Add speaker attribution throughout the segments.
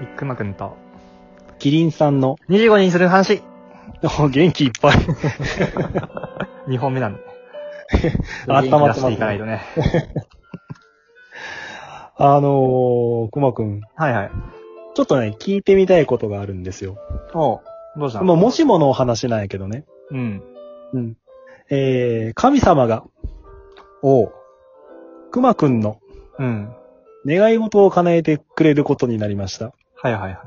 Speaker 1: いっくまくんと、
Speaker 2: キリンさんの、
Speaker 1: 25にする話、
Speaker 2: お 元気いっぱい。
Speaker 1: 2本目 なんで。
Speaker 2: 温まって
Speaker 1: 元
Speaker 2: ま
Speaker 1: 気出
Speaker 2: す
Speaker 1: していかないとね。
Speaker 2: あのー、くまくん。
Speaker 1: はいはい。
Speaker 2: ちょっとね、聞いてみたいことがあるんですよ。
Speaker 1: おうどうした
Speaker 2: まあ、もしものお話なんやけどね。
Speaker 1: うん。
Speaker 2: うん。えー、神様が、
Speaker 1: おう。
Speaker 2: くまくんの
Speaker 1: うん。
Speaker 2: 願い事を叶えてくれることになりました。
Speaker 1: はいはいはい。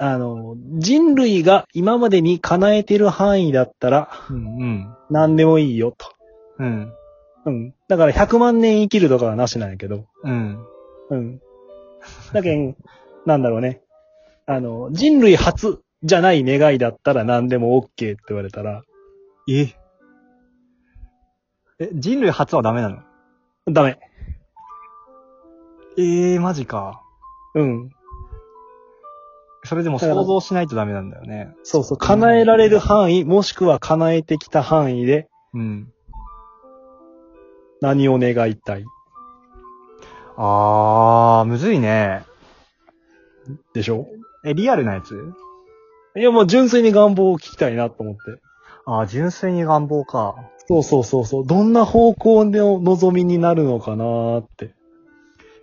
Speaker 2: あのー、人類が今までに叶えてる範囲だったら、
Speaker 1: うんうん。
Speaker 2: 何でもいいよ、と。
Speaker 1: うん。
Speaker 2: うん。だから100万年生きるとかはなしなんやけど。
Speaker 1: うん。
Speaker 2: うん。だけん、なんだろうね。あの、人類初じゃない願いだったら何でも OK って言われたら、
Speaker 1: ええ、人類初はダメなの
Speaker 2: ダメ。
Speaker 1: ええー、マジか。
Speaker 2: うん。
Speaker 1: それでも
Speaker 2: だから
Speaker 1: 想像しないとダメなんだよね。
Speaker 2: そうそう。叶えられる範囲、もしくは叶えてきた範囲で
Speaker 1: うん。
Speaker 2: 何を願いたい
Speaker 1: あー、むずいね。
Speaker 2: でしょ
Speaker 1: え、リアルなやつ
Speaker 2: いや、もう純粋に願望を聞きたいなと思って。
Speaker 1: あー、純粋に願望か。
Speaker 2: そうそうそうそう。どんな方向の望みになるのかなーって。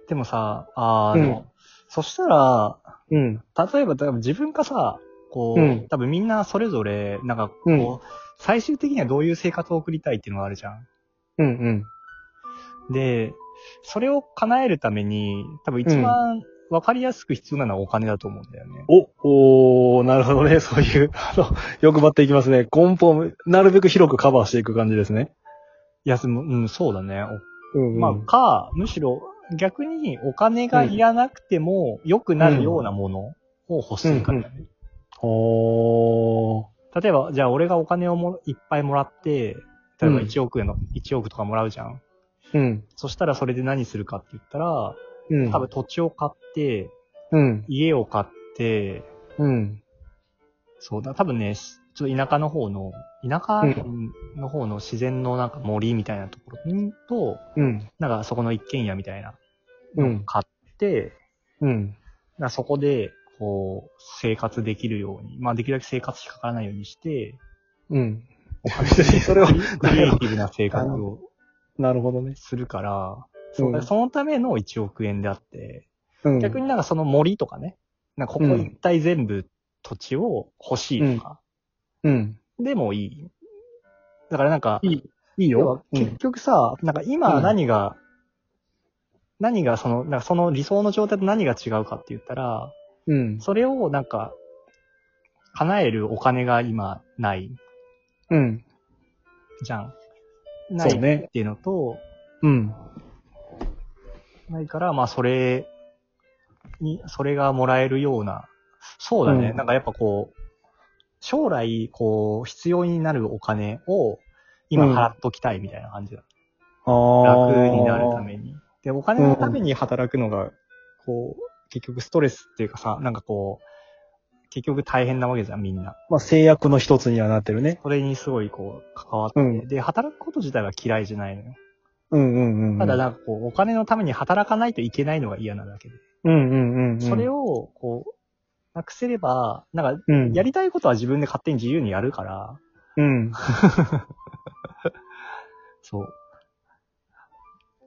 Speaker 1: でもさ、あー、
Speaker 2: うん
Speaker 1: でもそしたら、
Speaker 2: うん。
Speaker 1: 例えば、多分自分がさ、こう、
Speaker 2: うん
Speaker 1: 多分みんなそれぞれ、なんかこう、
Speaker 2: うん
Speaker 1: 最終的にはどういう生活を送りたいっていうのがあるじゃん。
Speaker 2: うんうん。
Speaker 1: で、それを叶えるために、多分一番わかりやすく必要なのはお金だと思うんだよね。
Speaker 2: お、おー、なるほどね。そういう、あの、欲張っていきますね。根本、なるべく広くカバーしていく感じですね。
Speaker 1: 休む、うん、そうだね。
Speaker 2: うん、
Speaker 1: まあ、か、むしろ、逆にお金がいらなくても良くなるようなものを欲しいからね。
Speaker 2: おー。
Speaker 1: 例えば、じゃあ俺がお金をもいっぱいもらって、例えば
Speaker 2: うん
Speaker 1: 1億円の、1億とかもらうじゃん。
Speaker 2: うん。
Speaker 1: そしたらそれで何するかって言ったら、
Speaker 2: うん。
Speaker 1: 多分土地を買って、
Speaker 2: うん。
Speaker 1: 家を買って、
Speaker 2: うん。
Speaker 1: そうだ、多分ね、しちょっと田舎の方の、田舎
Speaker 2: うん
Speaker 1: の方の自然のなんか森みたいなところにと、
Speaker 2: うん。
Speaker 1: なんかそこの一軒家みたいな、
Speaker 2: うん。
Speaker 1: 買って、
Speaker 2: うん。
Speaker 1: なんかそこで、こう、生活できるように、まあできるだけ生活費かからないようにして、
Speaker 2: うん。別にそれは
Speaker 1: クリクリエイティブな生活
Speaker 2: あ
Speaker 1: を
Speaker 2: なるほどね。
Speaker 1: するから、そう
Speaker 2: うん
Speaker 1: だからそのための1億円であって、
Speaker 2: うん。
Speaker 1: 逆になんかその森とかね、なんかここ
Speaker 2: うん
Speaker 1: 一体全部土地を欲しいとか、
Speaker 2: うん。
Speaker 1: でもいい。だからなんか、
Speaker 2: いいいい
Speaker 1: 要は
Speaker 2: よ。う
Speaker 1: 結
Speaker 2: ん。
Speaker 1: 局さ、なんか今
Speaker 2: うん
Speaker 1: 何が、何がその、なんかその理想の状態と何が違うかって言ったら、
Speaker 2: うん。
Speaker 1: それをなんか、叶えるお金が今ない
Speaker 2: うん。
Speaker 1: じゃん。な
Speaker 2: そう
Speaker 1: いっ
Speaker 2: ね。
Speaker 1: ていうのと、
Speaker 2: うん。
Speaker 1: ないから、まあそれに、それがもらえるような、そうだね、
Speaker 2: うん
Speaker 1: なんかやっぱこう、将来、こう、必要になるお金を今
Speaker 2: うん
Speaker 1: 払っときたいみたいな感じだ。
Speaker 2: あー
Speaker 1: 楽になるた。めに。で、お金のために働くのが、こう、結局ストレスっていうかさ、なんかこう、結局大変なわけじゃん、みんな。
Speaker 2: まあ、制約の一つにはなってるね。
Speaker 1: それにすごいこう、関わって、
Speaker 2: うん
Speaker 1: で、働くこと自体は嫌いじゃないのよ。
Speaker 2: うんうんうん。
Speaker 1: ただなんかこう、お金のために働かないといけないのが嫌なだけで。
Speaker 2: うんうんうんうん。
Speaker 1: それを、こう、なくせれば、なんか、
Speaker 2: うん、
Speaker 1: やりたいことは自分で勝手に自由にやるから、
Speaker 2: うん。
Speaker 1: そう。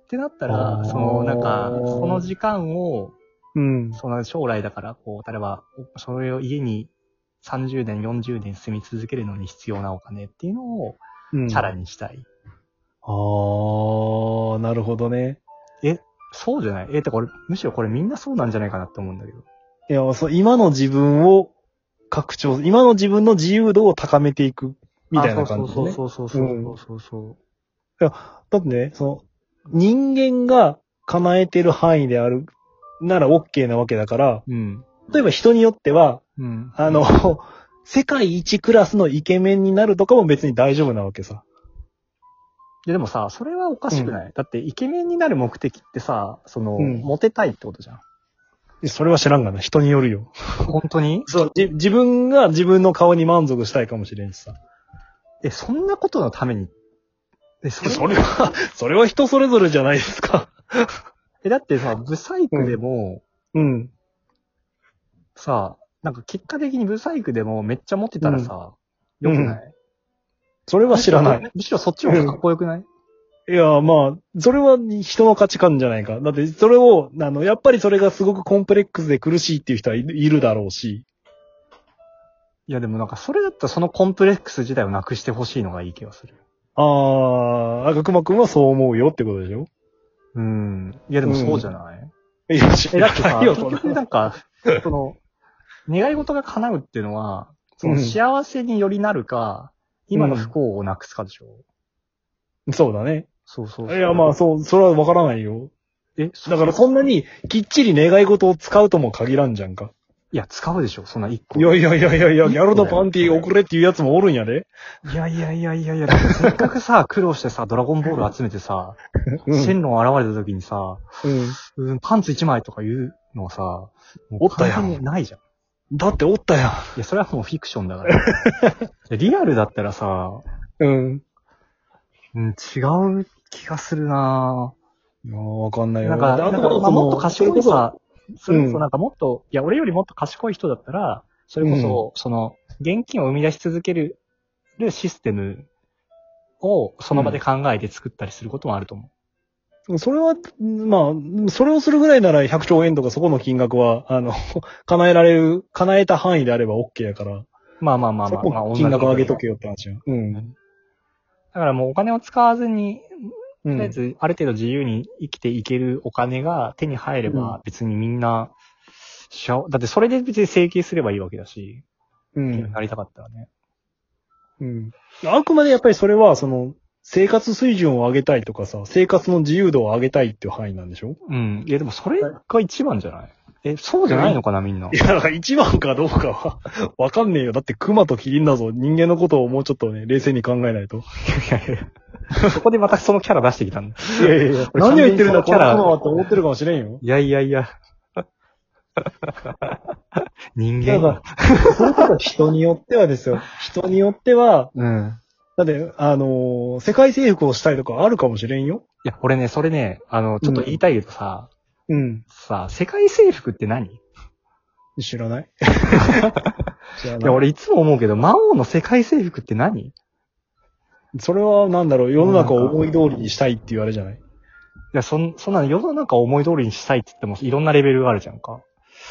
Speaker 1: ってなった
Speaker 2: あ
Speaker 1: ら、
Speaker 2: ー
Speaker 1: その、なんか、その時間を、
Speaker 2: うん。
Speaker 1: その将来だから、こう、例えば、それを家に30年、40年住み続けるのに必要なお金っていうのを、
Speaker 2: うん
Speaker 1: チャラにしたい。
Speaker 2: あー、なるほどね。
Speaker 1: そうじゃないえ、ってこれ、むしろこれみんなそうなんじゃないかなって思うんだけど。
Speaker 2: いや、そう、今の自分を拡張、今の自分の自由度を高めていく、みたいな感じ、ね。
Speaker 1: あそうそうそうそうそうそう
Speaker 2: だってね、その、人間が叶えてる範囲である、なら OK なわけだから、
Speaker 1: そう。うん。
Speaker 2: 例えば人によっては、
Speaker 1: うん。
Speaker 2: あの、 世界一クラスのイケメンになるとかも別に大丈夫なわけさ。
Speaker 1: ででもさ、それはおかしくない、だって、イケメンになる目的ってさ、その、
Speaker 2: うん
Speaker 1: モテたいってことじゃん。
Speaker 2: それは知らんがな。人によるよ。
Speaker 1: 本当に
Speaker 2: そう、じ自分が自分の顔に満足したいかもしれんしさ。
Speaker 1: え、そんなことのために。え、それ
Speaker 2: それは、それは人それぞれじゃないですか。
Speaker 1: えだってさ、ブサイクでも、
Speaker 2: うん。
Speaker 1: さ、なんか結果的にブサイクでもめっちゃ持ってたらさ、
Speaker 2: うん
Speaker 1: 良くない、
Speaker 2: それは知らない。。
Speaker 1: むしろそっちの方がかっこよくない、
Speaker 2: いや、まあ、それは人の価値観じゃないか。だって、それを、あの、やっぱりそれがすごくコンプレックスで苦しいっていう人はいいるだろうし。
Speaker 1: いやでもなんかそれだったらそのコンプレックス自体をなくしてほしいのがいい気がする。
Speaker 2: あー、赤熊くんはそう思うよってことでしょ
Speaker 1: うん。いやでもそうじゃない、
Speaker 2: いや、知
Speaker 1: え、だってさ、
Speaker 2: よ、
Speaker 1: 結
Speaker 2: そんな
Speaker 1: 局なんか、その、願い事が叶うっていうのは、その
Speaker 2: うん
Speaker 1: 幸せによりなるか、今の不幸をなくすかでしょ、
Speaker 2: そうだね。
Speaker 1: そうそう
Speaker 2: いや、まあ、
Speaker 1: う。
Speaker 2: そう、それはわからないよ。
Speaker 1: え、
Speaker 2: だからそんなに、きっちり願い事を使うとも限らんじゃんか。
Speaker 1: いや、使うでしょ、そんな一個。
Speaker 2: いやいやいやいやいや、
Speaker 1: いい
Speaker 2: ギャルのパンティ送れっていうやつもおるんやで。
Speaker 1: いやいやいやいやいや、だってせっかくさ、苦労してさ、ドラゴンボール集めてさ、
Speaker 2: うん
Speaker 1: 線路現れた時にさ、
Speaker 2: うん
Speaker 1: うん、パンツ一枚とか言うのはさ、もう
Speaker 2: おったやん
Speaker 1: 完全にないじゃん。
Speaker 2: だっておったや
Speaker 1: いや、それはもうフィクションだ から。いやリアルだったらさ、
Speaker 2: ん。うん。
Speaker 1: うん、違う気がするない
Speaker 2: やわかんないよ。
Speaker 1: なんか、
Speaker 2: で
Speaker 1: な
Speaker 2: あ
Speaker 1: んか
Speaker 2: とは
Speaker 1: まあ
Speaker 2: その
Speaker 1: もっと賢いさ、それこ
Speaker 2: うん
Speaker 1: そなんかもっと、いや、俺よりもっと賢い人だったら、それこそ、その、現金を生み出し続けるシステムをその場で考えて作ったりすることもあると思
Speaker 2: それは、まあ、それをするぐらいなら100兆円とかそこの金額は、あの、 叶えられる、叶えた範囲であれば OK やから、
Speaker 1: う。まあまあまあ
Speaker 2: そ
Speaker 1: まあ、
Speaker 2: こ
Speaker 1: まあ、
Speaker 2: 金額上げと
Speaker 1: け。
Speaker 2: けよって話や。うん。
Speaker 1: だからもうお金を使わずに、
Speaker 2: う
Speaker 1: とりあえ
Speaker 2: ん。
Speaker 1: ず、ある程度自由に生きていけるお金が手に入れ
Speaker 2: うん
Speaker 1: ば、別にみんな、しあだってそれで別に整形すればいいわけだし、
Speaker 2: う
Speaker 1: なりたかったらね。
Speaker 2: ん。あくまでやっぱりそれは、その、生活水準を上げたいとかさ、生活の自由度を上げたいっていう範囲なんでしょ
Speaker 1: うん。いや、でもそれが一番じゃないえ、そうじゃないのかな、みんな。
Speaker 2: いや、だから一番かどうかは、わかんねえよ。だって熊とキリンだぞ。人間のことをもうちょっとね、冷静に考えないと。
Speaker 1: いやいやそこでまたそのキャラ出してきたんだ。
Speaker 2: いやいやいや、何を言ってるんだ、こ
Speaker 1: キャ
Speaker 2: の
Speaker 1: ラ
Speaker 2: 熊はって思ってるかもしれんよ。
Speaker 1: いやいやいや。人
Speaker 2: だ
Speaker 1: 間
Speaker 2: か。ら、それこそ人によってはですよ。人によっては、
Speaker 1: うん。
Speaker 2: だって、あのー世界征服をしたいとかあるかもしれんよ。
Speaker 1: いや、俺ね、それね、あの、ちょっと言いたいけどさ、
Speaker 2: うん。
Speaker 1: さ、世界征服って何い
Speaker 2: 知ら ない知らない。
Speaker 1: や、俺いつも思うけど、魔王の世界征服って何い
Speaker 2: それはなんだろう、世の中を思い通りにしたいって言われじゃない
Speaker 1: や、そん、そんなの世の中を思い通りにしたいって言っても、いろんなレベルがあるじゃんか。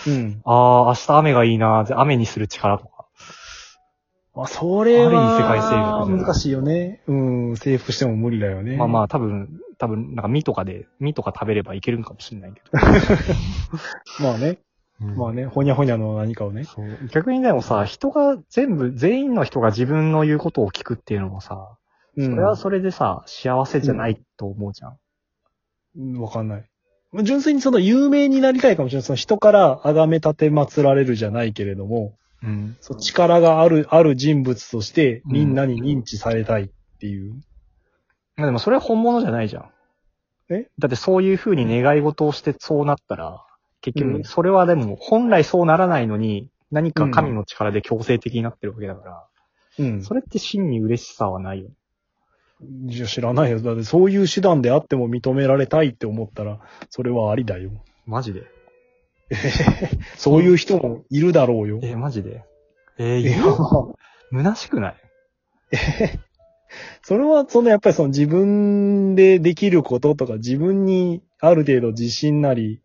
Speaker 2: うん。
Speaker 1: あー、明日雨がいいなじゃあ雨にする力とか。
Speaker 2: まあ、それ
Speaker 1: ある意味世界征
Speaker 2: は、
Speaker 1: 服じゃない
Speaker 2: 難しいよね。うん、征服しても無理だよね。
Speaker 1: まあまあ、多分、多分、なんか実とかで、実とか食べればいけるんかもしれないけ
Speaker 2: あ。まあね。
Speaker 1: ど。
Speaker 2: まあね、ほにゃほにゃの何かをね。
Speaker 1: そう逆にでもさ、人が全部、全員の人が自分の言うことを聞くっていうのもさ、
Speaker 2: う
Speaker 1: そ
Speaker 2: ん。
Speaker 1: れはそれでさ、幸せじゃないと思うじゃん。
Speaker 2: うんわかんない。まあ純粋にその有名になりたいかもしれない。その人から崇め立て祀られるじゃないけれども、
Speaker 1: うん。
Speaker 2: そう、力がある、ある人物として、
Speaker 1: うん
Speaker 2: みんなに認知されたいっていう。
Speaker 1: まあでもそれは本物じゃないじゃん。
Speaker 2: え
Speaker 1: だってそういう風に願い事をしてそうなったら、結
Speaker 2: うん
Speaker 1: 局、それはでも本来そうならないのに、何か神の力で強制的になってるわけだから、
Speaker 2: うん。
Speaker 1: それって真に嬉しさはないよね。
Speaker 2: いや、知らないよ。だって、そういう手段であっても認められたいって思ったら、それはありだよ。
Speaker 1: マジで。
Speaker 2: そういう人もいるだろうよ。
Speaker 1: え、マジで。えー、
Speaker 2: い
Speaker 1: い
Speaker 2: や
Speaker 1: や、
Speaker 2: まあ
Speaker 1: 虚しくない
Speaker 2: それは、その、やっぱりその自分でできることとか、自分にある程度自信なり、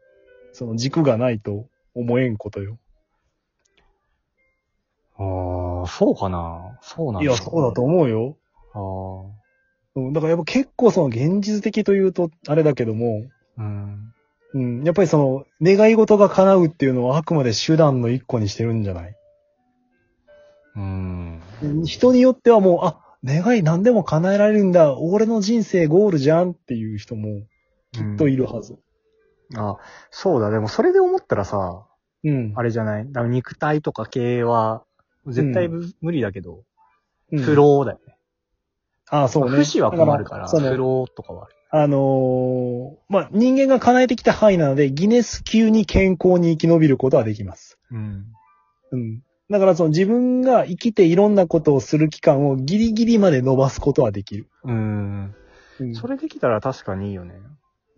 Speaker 2: その軸がないと思えんことよ。
Speaker 1: ああ、そうかなそうなん
Speaker 2: いや、そうだと思うよ。
Speaker 1: 思う。
Speaker 2: うんだからやっぱ結構その現実的というと、あれだけども、
Speaker 1: ああ。うん。
Speaker 2: うん。やっぱりその、願い事が叶うっていうのはあくまで手段の一個にしてるんじゃない
Speaker 1: うん。
Speaker 2: 人によってはもう、あ、願い何でも叶えられるんだ、俺の人生ゴールじゃんっていう人も、
Speaker 1: きっ
Speaker 2: といるはず。
Speaker 1: あ、そうだ。でもそれで思ったらさ、
Speaker 2: うん。
Speaker 1: あれじゃないだから肉体とか系は、絶対ぶ無理だけど、
Speaker 2: うん
Speaker 1: 不。老だよね。
Speaker 2: あそうね。
Speaker 1: 不死は困るから、
Speaker 2: だそ
Speaker 1: 不
Speaker 2: の、
Speaker 1: 老とかはある。
Speaker 2: あのーまあ、人間が叶えてきた範囲なので、ギネス級に健康に生き延びることはできます。
Speaker 1: うん。
Speaker 2: うん。だからその自分が生きていろんなことをする期間をギリギリまで伸ばすことはできる。
Speaker 1: うん。
Speaker 2: うん。
Speaker 1: それできたら確かにいいよね。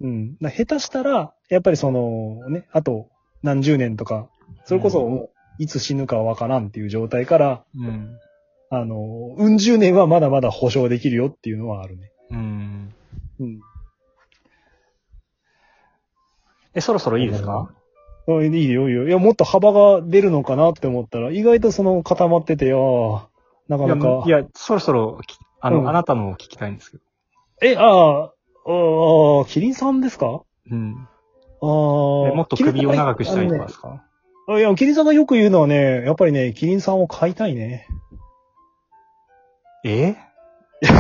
Speaker 2: うん。だから下手したら、やっぱりその、ね、あと何十年とか、それこそもういつ死ぬかわからんっていう状態から、
Speaker 1: うん。
Speaker 2: あの、うん十年はまだまだ保証できるよっていうのはあるね。
Speaker 1: うん。
Speaker 2: うん。
Speaker 1: え、そろそろいいですか
Speaker 2: あいいよ、いいよ。いや、もっと幅が出るのかなって思ったら、意外とその固まっててよ、なか
Speaker 1: いや
Speaker 2: なか。
Speaker 1: いや、そろそろき、あの、
Speaker 2: うん
Speaker 1: あなたのを聞きたいんですけど。
Speaker 2: え、ああ、ああ、キリンさんですかあ
Speaker 1: うん。
Speaker 2: あ。
Speaker 1: え
Speaker 2: も
Speaker 1: もっと首を長くしたいとかですか
Speaker 2: いや、キリンさんがよく言うのはね、やっぱりね、キリンさんを飼いたいね。
Speaker 1: え
Speaker 2: え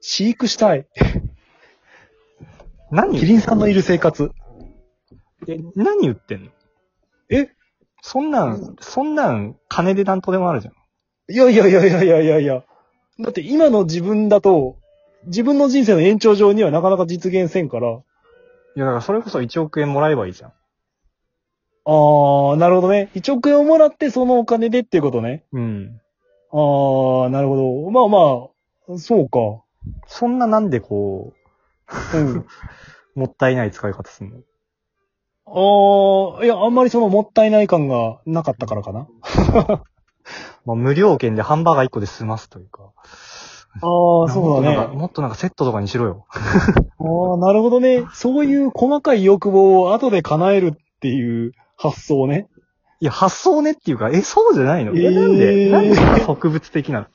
Speaker 2: 飼育したい。
Speaker 1: 何
Speaker 2: キリンさんのいる生活。
Speaker 1: え、何言ってんの
Speaker 2: え
Speaker 1: そんなん、そんなん、金でなんとでもあるじゃん。
Speaker 2: いやいやいやいやいやいやいや。だって今の自分だと、自分の人生の延長上にはなかなか実現せんから。
Speaker 1: いや、だからそれこそ1億円もらえばいいじゃん。
Speaker 2: ああ、なるほどね。1億円をもらってそのお金でっていうことね。
Speaker 1: うん。
Speaker 2: ああ、なるほど。まあまあ、そうか。
Speaker 1: そんななんでこ
Speaker 2: うん。
Speaker 1: う、もったいない使い方すんの
Speaker 2: ああ、いや、あんまりそのもったいない感がなかったからかな。
Speaker 1: まあ、無料券でハンバーガー1個で済ますというか。
Speaker 2: ああ、そうだね。
Speaker 1: なんか
Speaker 2: あ
Speaker 1: もっとなんかセットとかにしろよ。
Speaker 2: あ、なるほどね。そういう細かい欲望を後で叶えるっていう発想ね。
Speaker 1: いや、発想ねっていうか、え、そうじゃないのえ、
Speaker 2: えー
Speaker 1: なんでなんで植物的なの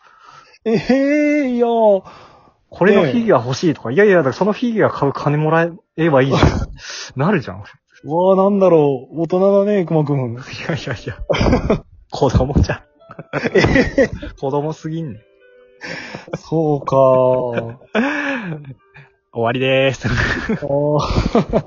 Speaker 2: ええいやー
Speaker 1: これのフィギュア欲しいとか、いやいや、だからそのフィギュア買う金もらえばいい じゃん。なるじゃん。
Speaker 2: うわあ、なんだろう。大人だね、熊くん。
Speaker 1: いやいやいや。 子供じゃん。 子供すぎんね。
Speaker 2: そうかー。
Speaker 1: 終わりでーす。
Speaker 2: あー